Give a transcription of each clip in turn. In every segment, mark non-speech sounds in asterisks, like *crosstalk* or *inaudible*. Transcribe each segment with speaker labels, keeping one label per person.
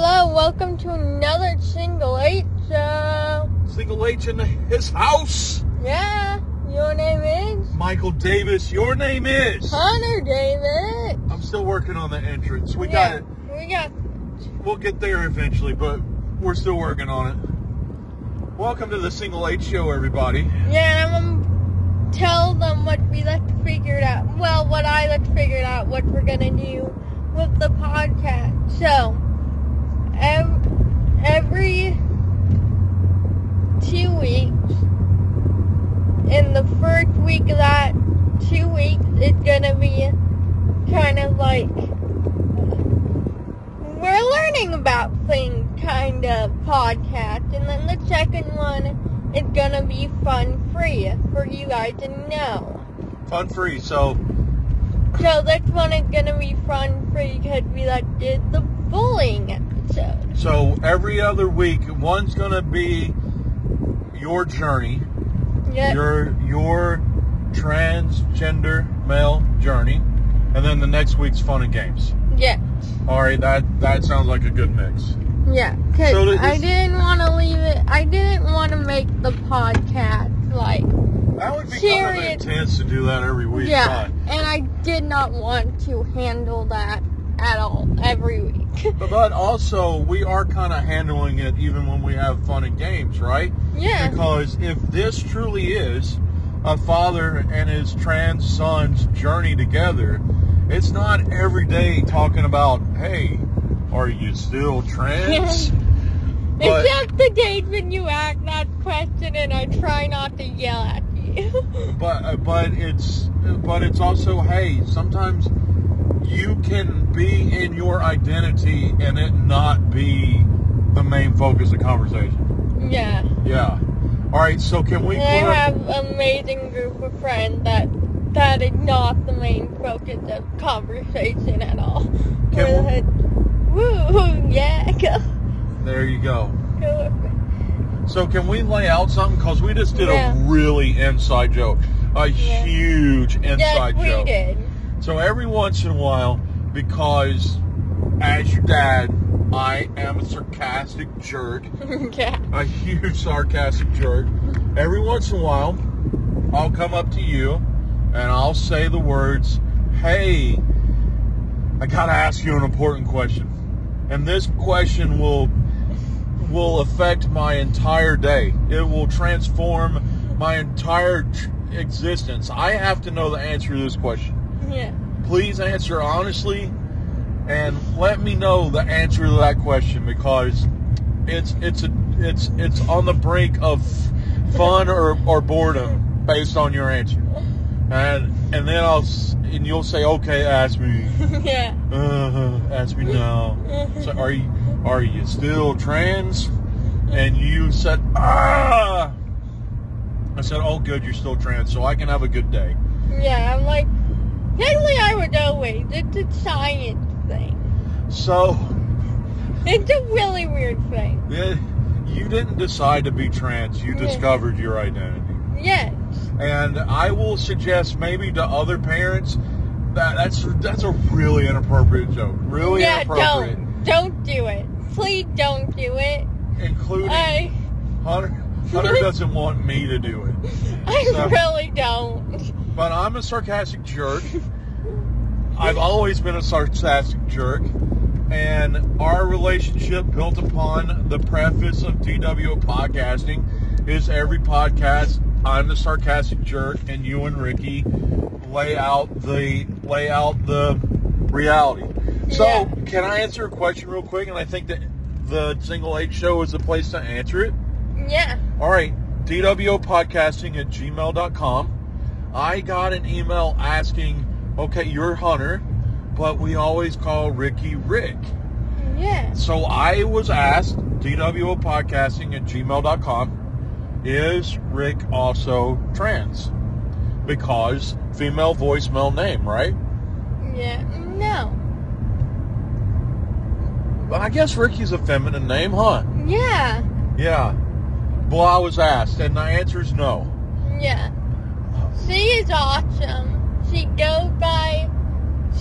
Speaker 1: welcome to another Single Eight Show.
Speaker 2: Single H in his house.
Speaker 1: Yeah, your name is
Speaker 2: Michael Davis, your name is.
Speaker 1: Connor David.
Speaker 2: I'm still working on the entrance. We got it.
Speaker 1: We got
Speaker 2: We'll get there eventually, but we're still working on it. Welcome to the Single H Show, everybody.
Speaker 1: Yeah, and I'm gonna tell them what we left figured out. Well, what I left figured out, what we're gonna do with the podcast. So, ev- every two weeks, in the first week of that two weeks, it's gonna be kind of like we're learning about things kind of podcast, and then the second one. It's gonna be fun free for you guys to know.
Speaker 2: Fun free. So
Speaker 1: So this one is gonna be fun free because we like did the bullying episode.
Speaker 2: so every other week, one's gonna be your journey,
Speaker 1: Yep.
Speaker 2: your your transgender male journey, and then the next week's fun and games.
Speaker 1: Yeah.
Speaker 2: All right, that that sounds like a good mix.
Speaker 1: Yeah. Cause
Speaker 2: So this-
Speaker 1: I didn't want to leave it. I didn't want to make the podcast like.
Speaker 2: That would be kind of
Speaker 1: Serious.
Speaker 2: intense to do that every week.
Speaker 1: yeah.
Speaker 2: but-
Speaker 1: And I did not want to handle that at all every week. *laughs*
Speaker 2: But, but also, we are kind of handling it even when we have fun and games, right?
Speaker 1: yeah.
Speaker 2: Because if this truly is a father and his trans son's journey together, it's not every day talking about, hey, are you still
Speaker 1: *laughs*
Speaker 2: trans? but-
Speaker 1: Except the days when you ask that question and I try not to yell at you. *laughs*
Speaker 2: but uh, but it's but it's also, hey, sometimes you can be in your identity and it not be the main focus of conversation.
Speaker 1: yeah.
Speaker 2: Yeah. All right. So can we?
Speaker 1: And
Speaker 2: put
Speaker 1: I
Speaker 2: a-
Speaker 1: have an amazing group of friends that that is not the main focus of conversation at all. We're
Speaker 2: Can we-
Speaker 1: like, woo, yeah, *laughs* go,
Speaker 2: there you go.
Speaker 1: go.
Speaker 2: So can we lay out something? Cause we just did
Speaker 1: Yeah.
Speaker 2: a really inside joke, a
Speaker 1: Yeah.
Speaker 2: huge inside
Speaker 1: yes, we
Speaker 2: joke.
Speaker 1: did. *laughs*
Speaker 2: So every once in a while, because as your dad, I am a sarcastic jerk,
Speaker 1: yeah.
Speaker 2: a huge sarcastic jerk. Every once in a while, I'll come up to you and I'll say the words, "Hey, I gotta ask you an important question," and this question will will affect my entire day. It will transform my entire tr- existence. I have to know the answer to this question.
Speaker 1: Yeah.
Speaker 2: Please answer honestly and let me know the answer to that question because it's it's a it's it's on the brink of fun or, or boredom based on your answer. And and then I'll s- and you'll say okay, ask me.
Speaker 1: yeah. *laughs*
Speaker 2: Uh, ask me now. So are you are you still trans? And you said ah. I said, oh good, you're still trans, so I can have a good day.
Speaker 1: Yeah. I'm like, generally I would always. It's a science thing.
Speaker 2: So
Speaker 1: It's a really weird thing.
Speaker 2: eh, you didn't decide to be trans. You
Speaker 1: Yeah.
Speaker 2: discovered your identity.
Speaker 1: Yes.
Speaker 2: and I will suggest maybe to other parents that that's that's a really inappropriate joke, really
Speaker 1: yeah.
Speaker 2: inappropriate,
Speaker 1: Don't. Don't do it. Please don't do it.
Speaker 2: including
Speaker 1: I.
Speaker 2: Hunter. Hunter doesn't want me to do it,
Speaker 1: I
Speaker 2: So-
Speaker 1: really don't.
Speaker 2: but I'm a sarcastic jerk. I've always been a sarcastic jerk, and our relationship built upon the preface of DWO podcasting is every podcast I'm the sarcastic jerk, and you and Ricky lay out the lay out the reality. So,
Speaker 1: Yeah.
Speaker 2: can I answer a question real quick? And I think that the Single H Show is the place to answer it.
Speaker 1: Yeah.
Speaker 2: All right, podcasting at gmail.com. I got an email asking, okay, you're Hunter, but we always call Ricky Rick.
Speaker 1: Yeah.
Speaker 2: So I was asked, podcasting at gmail.com, is Rick also trans? Because female voice, male name, right?
Speaker 1: Yeah. No.
Speaker 2: Well, I guess Ricky's a feminine name, huh?
Speaker 1: Yeah.
Speaker 2: Yeah. Well, I was asked, and the answer is no.
Speaker 1: Yeah. She is awesome. She goes by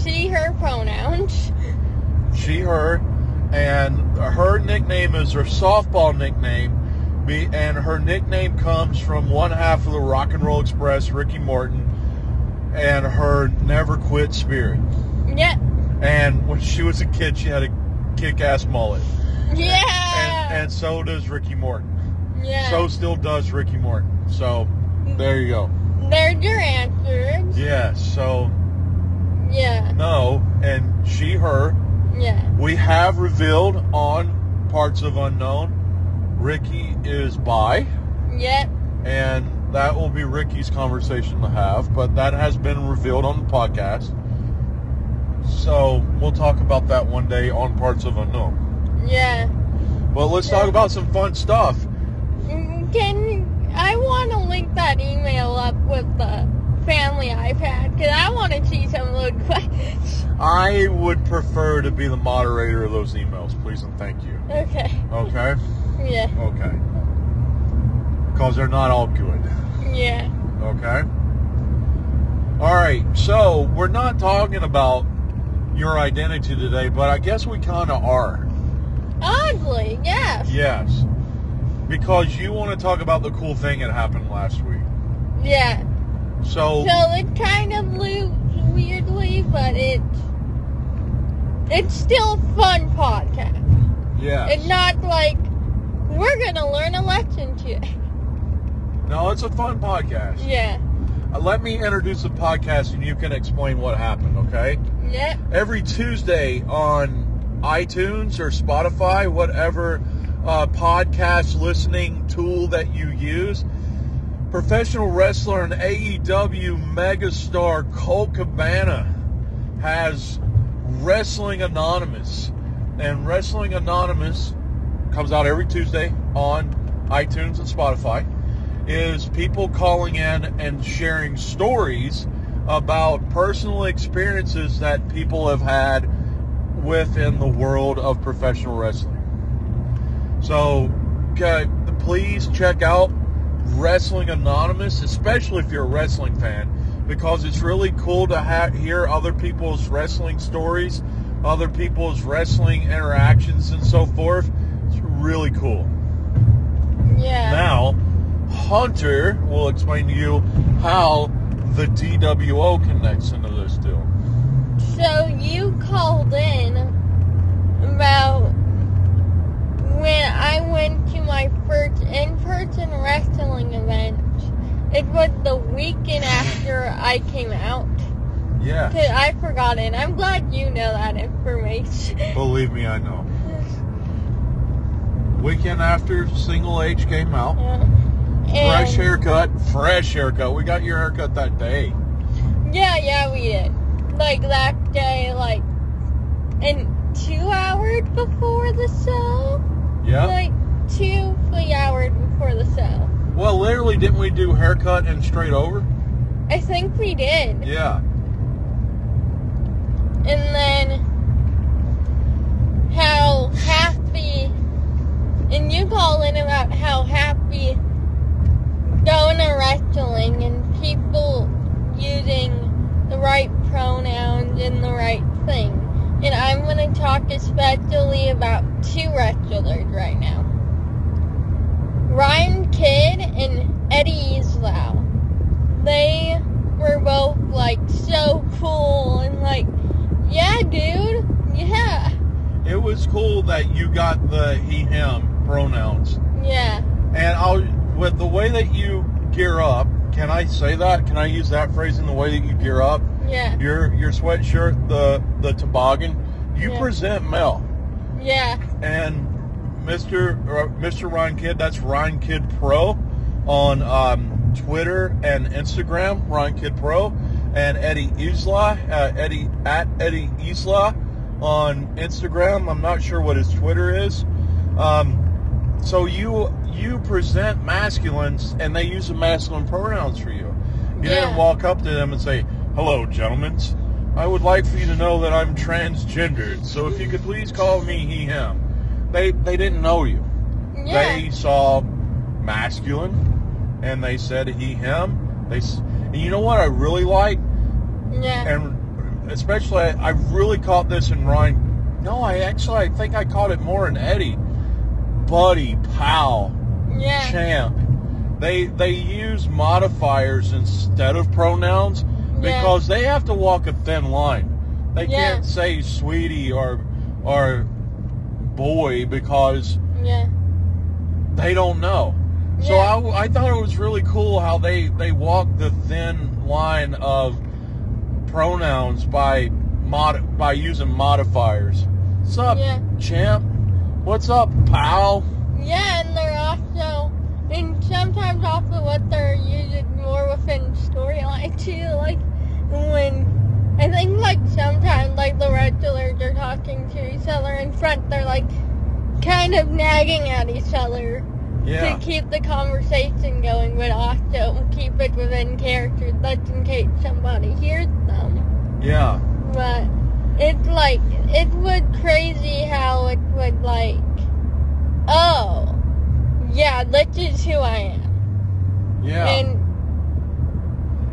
Speaker 1: she her pronouns.
Speaker 2: she, her, and her nickname is her softball nickname. Be, and her nickname comes from one half of the Rock and Roll Express, Ricky Morton, and her never quit spirit.
Speaker 1: Yeah.
Speaker 2: And when she was a kid, she had a kick-ass mullet,
Speaker 1: Yeah.
Speaker 2: and, and so does Ricky Morton.
Speaker 1: yeah. Mm.
Speaker 2: So still does Ricky Morton. So there you go.
Speaker 1: There's your answers.
Speaker 2: Yeah. So
Speaker 1: Yeah.
Speaker 2: no, and she, her.
Speaker 1: Yeah.
Speaker 2: We have revealed on parts of unknown. Ricky is bi.
Speaker 1: Yep.
Speaker 2: and that will be Ricky's conversation to have, but that has been revealed on the podcast. So we'll talk about that one day on Parts of Unknown.
Speaker 1: Yeah.
Speaker 2: But let's talk about some fun stuff.
Speaker 1: Mm, Can I want to link that email up with the family I've had because I want to see some of *laughs* those questions.
Speaker 2: I would prefer to be the moderator of those emails, please and thank you.
Speaker 1: Okay.
Speaker 2: Okay?
Speaker 1: Yeah.
Speaker 2: Okay. Because they're not all good.
Speaker 1: Yeah.
Speaker 2: Okay? Alright, so we're not talking about your identity today, but I guess we kind of are.
Speaker 1: Oddly, yes.
Speaker 2: Yes. Because you want to talk about the cool thing that happened last week.
Speaker 1: Yeah.
Speaker 2: So,
Speaker 1: So it kind of loops weirdly, but it it's still a fun podcast.
Speaker 2: yeah.
Speaker 1: It's not like we're gonna learn a lesson today.
Speaker 2: No, it's a fun podcast.
Speaker 1: *laughs* Yeah.
Speaker 2: Uh, Let me introduce the podcast and you can explain what happened, okay?
Speaker 1: Yep.
Speaker 2: Every Tuesday on iTunes or Spotify, whatever uh, podcast listening tool that you use, professional wrestler and AEW megastar Cole Cabana has Wrestling Anonymous. And Wrestling Anonymous comes out every Tuesday on iTunes and Spotify. Is people calling in and sharing stories about personal experiences that people have had within the world of professional wrestling. So, okay, please check out Wrestling Anonymous, especially if you're a wrestling fan, because it's really cool to ha- hear other people's wrestling stories, other people's wrestling interactions, and so forth. It's really cool.
Speaker 1: Yeah.
Speaker 2: Now, Hunter will explain to you how the DWO connects into this deal.
Speaker 1: So you called in about when I went to my first in-person wrestling event. It was the weekend after I came out.
Speaker 2: Yeah.
Speaker 1: Cause I forgot it. I'm glad you know that information. *laughs*
Speaker 2: Believe me, I know. Weekend after Single H came out.
Speaker 1: And-
Speaker 2: Fresh haircut, fresh haircut. We got your haircut that day.
Speaker 1: Yeah, yeah, we did. Like that day, like, and two hours before the show.
Speaker 2: Yeah.
Speaker 1: Like two, three hours before the show.
Speaker 2: Well, literally, didn't we do haircut and straight over?
Speaker 1: I think we did.
Speaker 2: Yeah.
Speaker 1: And then how happy, and you call in about how happy going to wrestling and people using the right pronouns and the right thing. And I'm going to talk especially about two wrestlers right now. Ryan Kidd and Eddie Islau. They were both like so cool and like yeah, dude. Yeah.
Speaker 2: It was cool that you got the he, him pronouns.
Speaker 1: Yeah.
Speaker 2: And I'll with the way that you gear up, can I say that? Can I use that phrase in the way that you gear up?
Speaker 1: Yeah.
Speaker 2: Your your sweatshirt, the the toboggan, you
Speaker 1: Yeah.
Speaker 2: present Mel
Speaker 1: Yeah.
Speaker 2: and Mr. or Mr. Ryan Kidd. That's Ryan Kidd Pro on um, Twitter and Instagram. Ryan Kidd Pro and Eddie Isla, uh, Eddie at Eddie Isla on Instagram. I'm not sure what his Twitter is. Um, so you you present masculines and they use the masculine pronouns for you. You didn't
Speaker 1: Yeah.
Speaker 2: walk up to them and say, "Hello, gentlemen. I would like for you to know that I'm transgendered. So if you could please call me he him." They they didn't know you.
Speaker 1: Yeah.
Speaker 2: They saw masculine and they said he him. They s- and you know what I really like
Speaker 1: yeah.
Speaker 2: and especially I, I really caught this in Ryan No, I actually I think I caught it more in Eddie. Buddy, pal,
Speaker 1: Yeah.
Speaker 2: champ. They they use modifiers instead of pronouns
Speaker 1: Yeah.
Speaker 2: because they have to walk a thin line. They
Speaker 1: Yeah.
Speaker 2: can't say sweetie or or boy because
Speaker 1: Yeah.
Speaker 2: they don't know. So
Speaker 1: Yeah.
Speaker 2: I w I I, thought it was really cool how they they walk the thin line of pronouns by mod by using modifiers. What's up,
Speaker 1: Yeah.
Speaker 2: champ? What's up, pal?
Speaker 1: Yeah, and they're also, and sometimes also what they're using more within storyline too, like when I think like sometimes like the regulars are talking to each other in front, they're like kind of nagging at each other
Speaker 2: Yeah.
Speaker 1: to keep the conversation going, but also keep it within character, just in case somebody hears them
Speaker 2: Yeah.
Speaker 1: but it's like it was crazy how it would like oh yeah this is who i am
Speaker 2: Yeah.
Speaker 1: and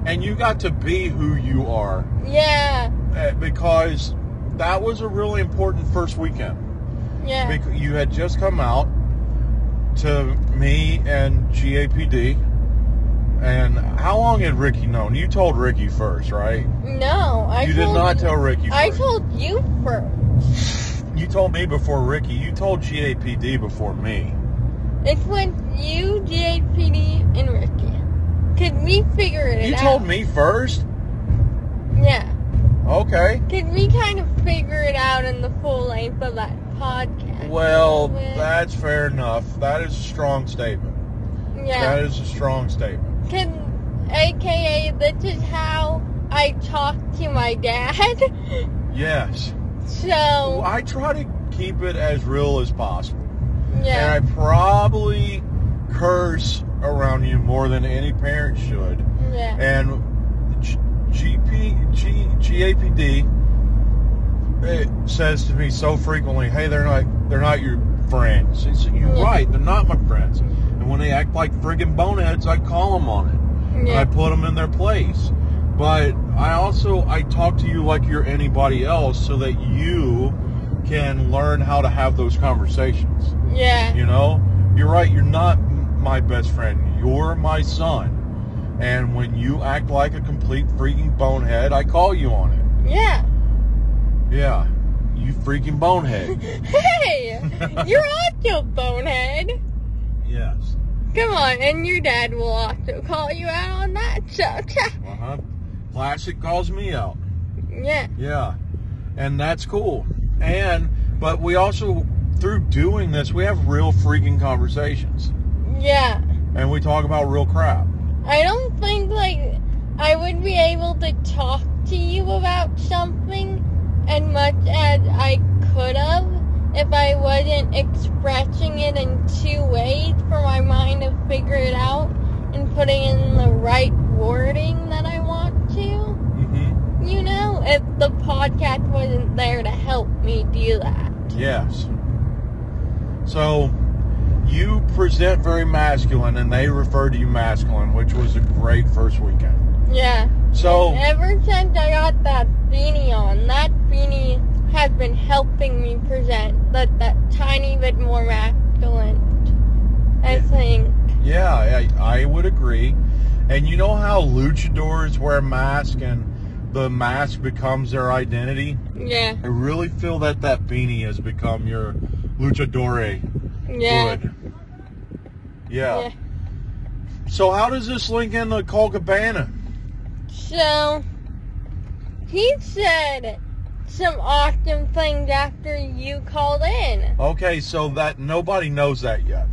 Speaker 2: and you got to be who you are
Speaker 1: yeah
Speaker 2: uh, because that was a really important first weekend.
Speaker 1: yeah
Speaker 2: Bec- You had just come out to me and GAPD, and how long had Ricky known? You told Ricky first, right?
Speaker 1: no i
Speaker 2: you did
Speaker 1: told
Speaker 2: not tell Ricky.
Speaker 1: i
Speaker 2: first.
Speaker 1: told you first
Speaker 2: You told me before Ricky. You told GAPD before me.
Speaker 1: it's when you jpd and ricky could we figure it
Speaker 2: you
Speaker 1: out
Speaker 2: told me first.
Speaker 1: yeah
Speaker 2: Okay.
Speaker 1: could we kind of figure it out in the full length of that podcast
Speaker 2: Well,
Speaker 1: Well-
Speaker 2: that's fair enough. That is a strong statement.
Speaker 1: yeah
Speaker 2: That is a strong statement.
Speaker 1: can aka this is how I talk to my dad. *laughs*
Speaker 2: Yes.
Speaker 1: so
Speaker 2: I try to keep it as real as possible.
Speaker 1: yeah.
Speaker 2: And I probably curse around you more than any parent should.
Speaker 1: yeah.
Speaker 2: And G- GP, G, GAPD it says to me so frequently, "Hey, they're not they're not your friends." It's, You're
Speaker 1: Yeah.
Speaker 2: right. They're not my friends. And when they act like friggin' boneheads, I call them on it. and I
Speaker 1: Yeah.
Speaker 2: put them in their place. But I also I talk to you like you're anybody else, so that you can learn how to have those conversations.
Speaker 1: Yeah.
Speaker 2: You know, you're right. You're not m- my best friend. You're my son. And when you act like a complete freaking bonehead, I call you on it.
Speaker 1: Yeah.
Speaker 2: Yeah, you freaking bonehead.
Speaker 1: *laughs*
Speaker 2: *laughs*
Speaker 1: Hey, you're also bonehead.
Speaker 2: yes.
Speaker 1: Come on, and your dad will also call you out on that. So *laughs*
Speaker 2: Uh huh. Classic calls me out.
Speaker 1: yeah.
Speaker 2: Yeah. And that's cool. And but we also through doing this, we have real freaking conversations.
Speaker 1: Yeah.
Speaker 2: And we talk about real crap.
Speaker 1: I don't think like I would be able to talk to you about something as much as I could have if I wasn't expressing it in two ways for my mind to figure it out and putting in the right wording that I want to.
Speaker 2: Mm-hmm.
Speaker 1: You know, if the podcast wasn't there to help me do that.
Speaker 2: Yes. So you present very masculine and they refer to you masculine, which was a great first weekend.
Speaker 1: Yeah.
Speaker 2: So
Speaker 1: Ever since I got that beanie on, that beanie has been helping me present that, that tiny bit more masculine. I
Speaker 2: Yeah.
Speaker 1: think.
Speaker 2: Yeah, I, I would agree. And you know how luchadors wear masks and the mask becomes their identity?
Speaker 1: Yeah.
Speaker 2: I really feel that that beanie has become your luchadore
Speaker 1: Yeah.
Speaker 2: hood. Yeah. So how does this link into Colcabana?
Speaker 1: So he said some awesome things after you called in.
Speaker 2: Okay, so that nobody knows that yet.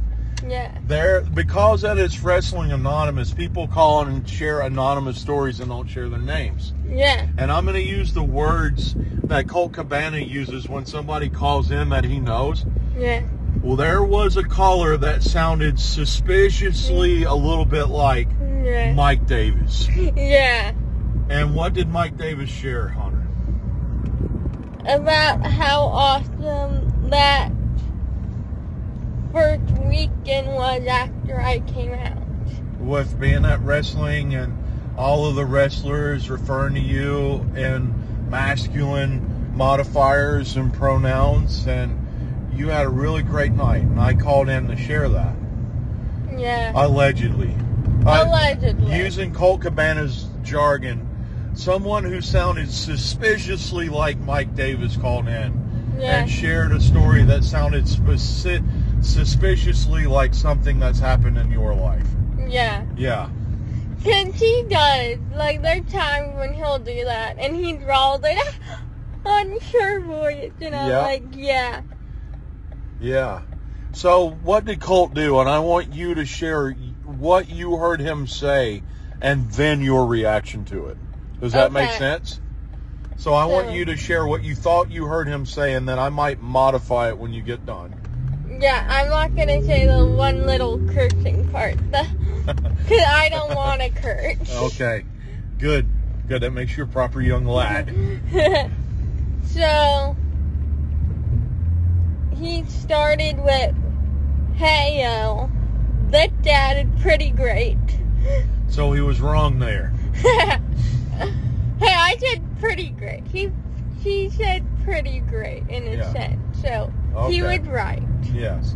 Speaker 1: Yeah.
Speaker 2: There, because that is wrestling anonymous, people call in and share anonymous stories and don't share their names.
Speaker 1: Yeah.
Speaker 2: And I'm going to use the words that Colt Cabana uses when somebody calls in that he knows.
Speaker 1: Yeah.
Speaker 2: Well, there was a caller that sounded suspiciously a little bit like
Speaker 1: Yeah.
Speaker 2: Mike Davis.
Speaker 1: yeah.
Speaker 2: And what did Mike Davis share, Hunter?
Speaker 1: about how awesome that first weekend was after I came out.
Speaker 2: With being at wrestling and all of the wrestlers referring to you in masculine modifiers and pronouns, and you had a really great night, and I called in to share that.
Speaker 1: Yeah.
Speaker 2: Allegedly. I-
Speaker 1: Allegedly.
Speaker 2: using Colt Cabana's jargon, someone who sounded suspiciously like Mike Davis called in
Speaker 1: yeah.
Speaker 2: and shared a story that sounded speci- suspiciously like something that's happened in your life.
Speaker 1: yeah.
Speaker 2: Yeah.
Speaker 1: Cause he does. Like there are times when he'll do that, and he drawls it *gasps* on your voice, you know,
Speaker 2: Yeah.
Speaker 1: like yeah.
Speaker 2: Yeah. So, what did Colt do? And I want you to share what you heard him say and then your reaction to it. Does that make
Speaker 1: Okay.
Speaker 2: sense? So, I want
Speaker 1: So-
Speaker 2: you to share what you thought you heard him say, and then I might modify it when you get done.
Speaker 1: Yeah, I'm not gonna say the one little cursing
Speaker 2: *laughs*
Speaker 1: part, *laughs* the, cause I don't want to curse.
Speaker 2: Okay. Good. Good. That makes you a proper young lad.
Speaker 1: *laughs* so he started with, "Hey yo, that dad is pretty great." *laughs*
Speaker 2: So he was wrong there.
Speaker 1: hey, I said pretty great. He he said pretty great in a
Speaker 2: Yeah.
Speaker 1: sense, so
Speaker 2: Okay.
Speaker 1: he was right.
Speaker 2: Yes.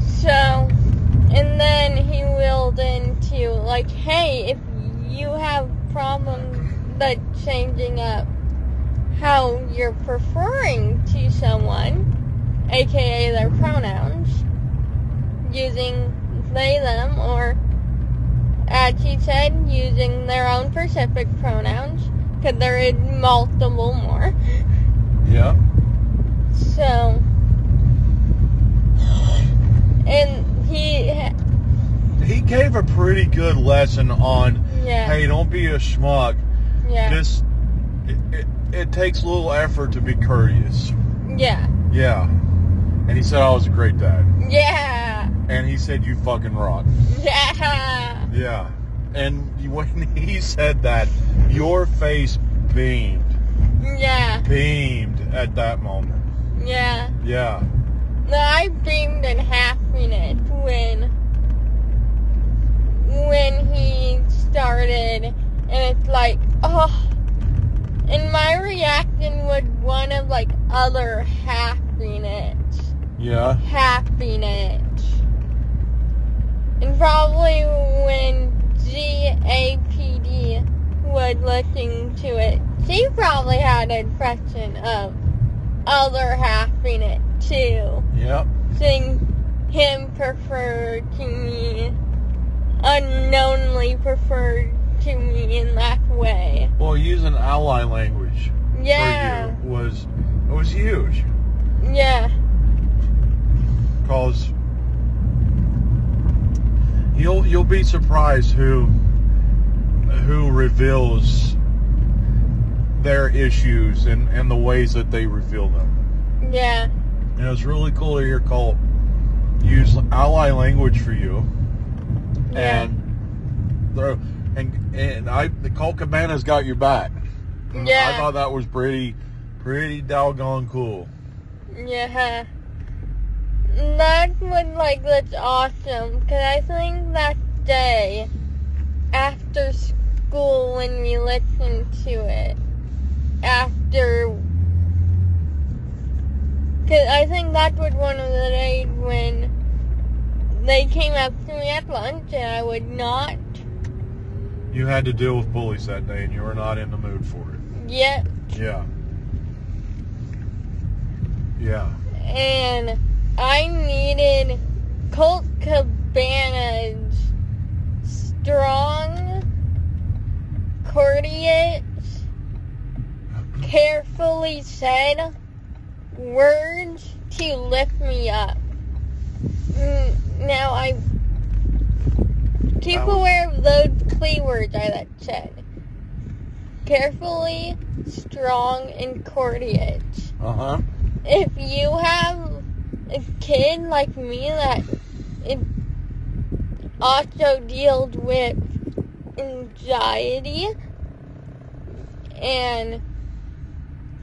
Speaker 1: So, and then he willed into like, hey, if you have problems that changing up how you're preferring to someone, aka their pronouns, using they them or as he said, using their own specific pronouns, because there is multiple more.
Speaker 2: Yeah.
Speaker 1: So, and he,
Speaker 2: He gave a pretty good lesson on
Speaker 1: yeah,
Speaker 2: hey, don't be a schmuck.
Speaker 1: yeah,
Speaker 2: Just it, it, it takes a little effort to be courteous.
Speaker 1: yeah,
Speaker 2: Yeah. And he said I was a great dad.
Speaker 1: yeah, *laughs*
Speaker 2: And he said you fucking rock.
Speaker 1: yeah,
Speaker 2: Yeah. And *laughs* when he said that, your face beamed,
Speaker 1: yeah,
Speaker 2: beamed at that moment.
Speaker 1: yeah.
Speaker 2: Yeah.
Speaker 1: No, I beamed in happiness when, when he started, and it's like, oh, and my reaction was one of like other happiness.
Speaker 2: Yeah.
Speaker 1: happiness. And probably when GAPD was listening to it, she probably had an impression of other happiness too.
Speaker 2: Yep.
Speaker 1: Seeing him prefer to me, unknowingly preferred to me in that way.
Speaker 2: Well, using ally language
Speaker 1: Yeah,
Speaker 2: for you was was huge
Speaker 1: yeah,
Speaker 2: because you'll you'll be surprised who who reveals their issues and and the ways that they reveal them.
Speaker 1: yeah,
Speaker 2: And it's really cool to hear Colt use ally language for you
Speaker 1: yeah,
Speaker 2: and throw and and I the Colt Cabana's got your back. Mm,
Speaker 1: Yeah.
Speaker 2: I thought that was pretty pretty doggone cool.
Speaker 1: Yeah. That would like that's awesome because I think that day after school when we listened to it after because I think that was one of the days when they came up to me at lunch and I would not
Speaker 2: You had to deal with bullies that day, and you were not in the mood for it.
Speaker 1: yet
Speaker 2: Yeah. Yeah.
Speaker 1: and I needed Colt Cabana's strong, courteous, carefully said words to lift me up. Mm, Now I keep
Speaker 2: Ow.
Speaker 1: aware of those three words I that said. Carefully, strong, and courteous
Speaker 2: Uh huh.
Speaker 1: if you have a kid like me that it also deals with anxiety and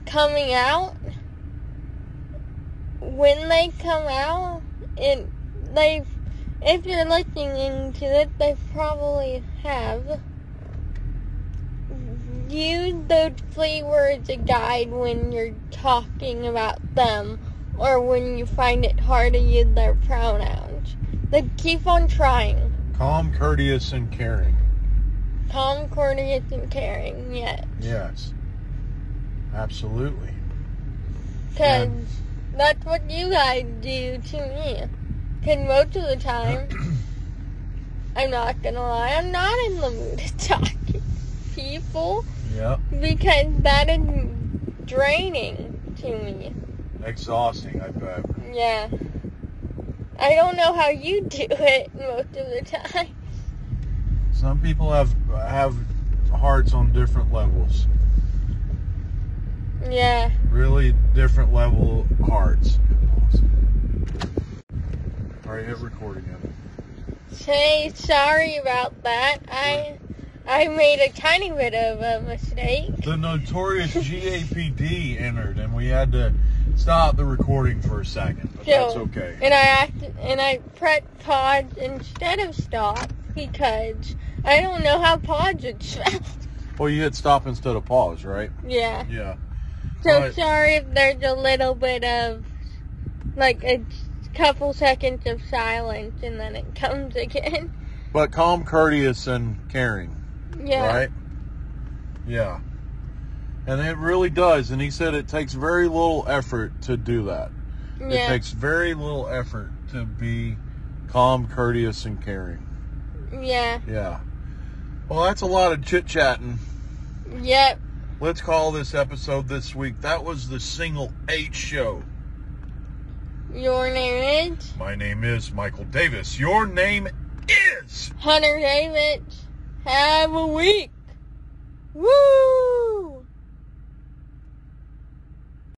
Speaker 1: coming out, when they come out, it they if you're looking into it, they probably have use those three words to guide when you're talking about them or when you find it hard to use their pronouns. Like, keep on trying.
Speaker 2: Calm, courteous, and caring.
Speaker 1: Calm, courteous, and caring, yes.
Speaker 2: Yes. Absolutely.
Speaker 1: Because that's what you guys do to me. Because most of the time, I'm not going to lie, I'm not in the mood to talk to people
Speaker 2: Yep.
Speaker 1: because that is draining to me.
Speaker 2: Exhausting, I bet.
Speaker 1: Yeah. I don't know how you *laughs* do it most of the time.
Speaker 2: Some people have have hearts on different levels.
Speaker 1: Yeah.
Speaker 2: Really different level hearts. Alright, hit recording it.
Speaker 1: Say sorry about that. I I made a tiny bit of a mistake.
Speaker 2: The notorious GAPD entered and we had to stop the recording for a second, but that's
Speaker 1: So-
Speaker 2: okay.
Speaker 1: And I act and I pressed pause instead of stop because I don't know how pause *laughs* is spelled.
Speaker 2: Well, you hit stop instead of pause, right?
Speaker 1: Yeah.
Speaker 2: Yeah.
Speaker 1: So
Speaker 2: Right.
Speaker 1: sorry if there's a little bit of like a couple seconds of silence and then it comes *laughs* again.
Speaker 2: But calm, courteous, and caring,
Speaker 1: Yeah.
Speaker 2: right? Yeah. And it really does. And he said it takes very little effort to do that. It
Speaker 1: Yeah.
Speaker 2: takes very little effort to be calm, courteous, and caring.
Speaker 1: yeah.
Speaker 2: Yeah. Well, that's a lot of chit chatting.
Speaker 1: Yep.
Speaker 2: Let's call this episode this week. That was the single H show.
Speaker 1: Your name is
Speaker 2: My name is Michael Davis. Your name is.
Speaker 1: Hunter Davis. Have a week. Woo!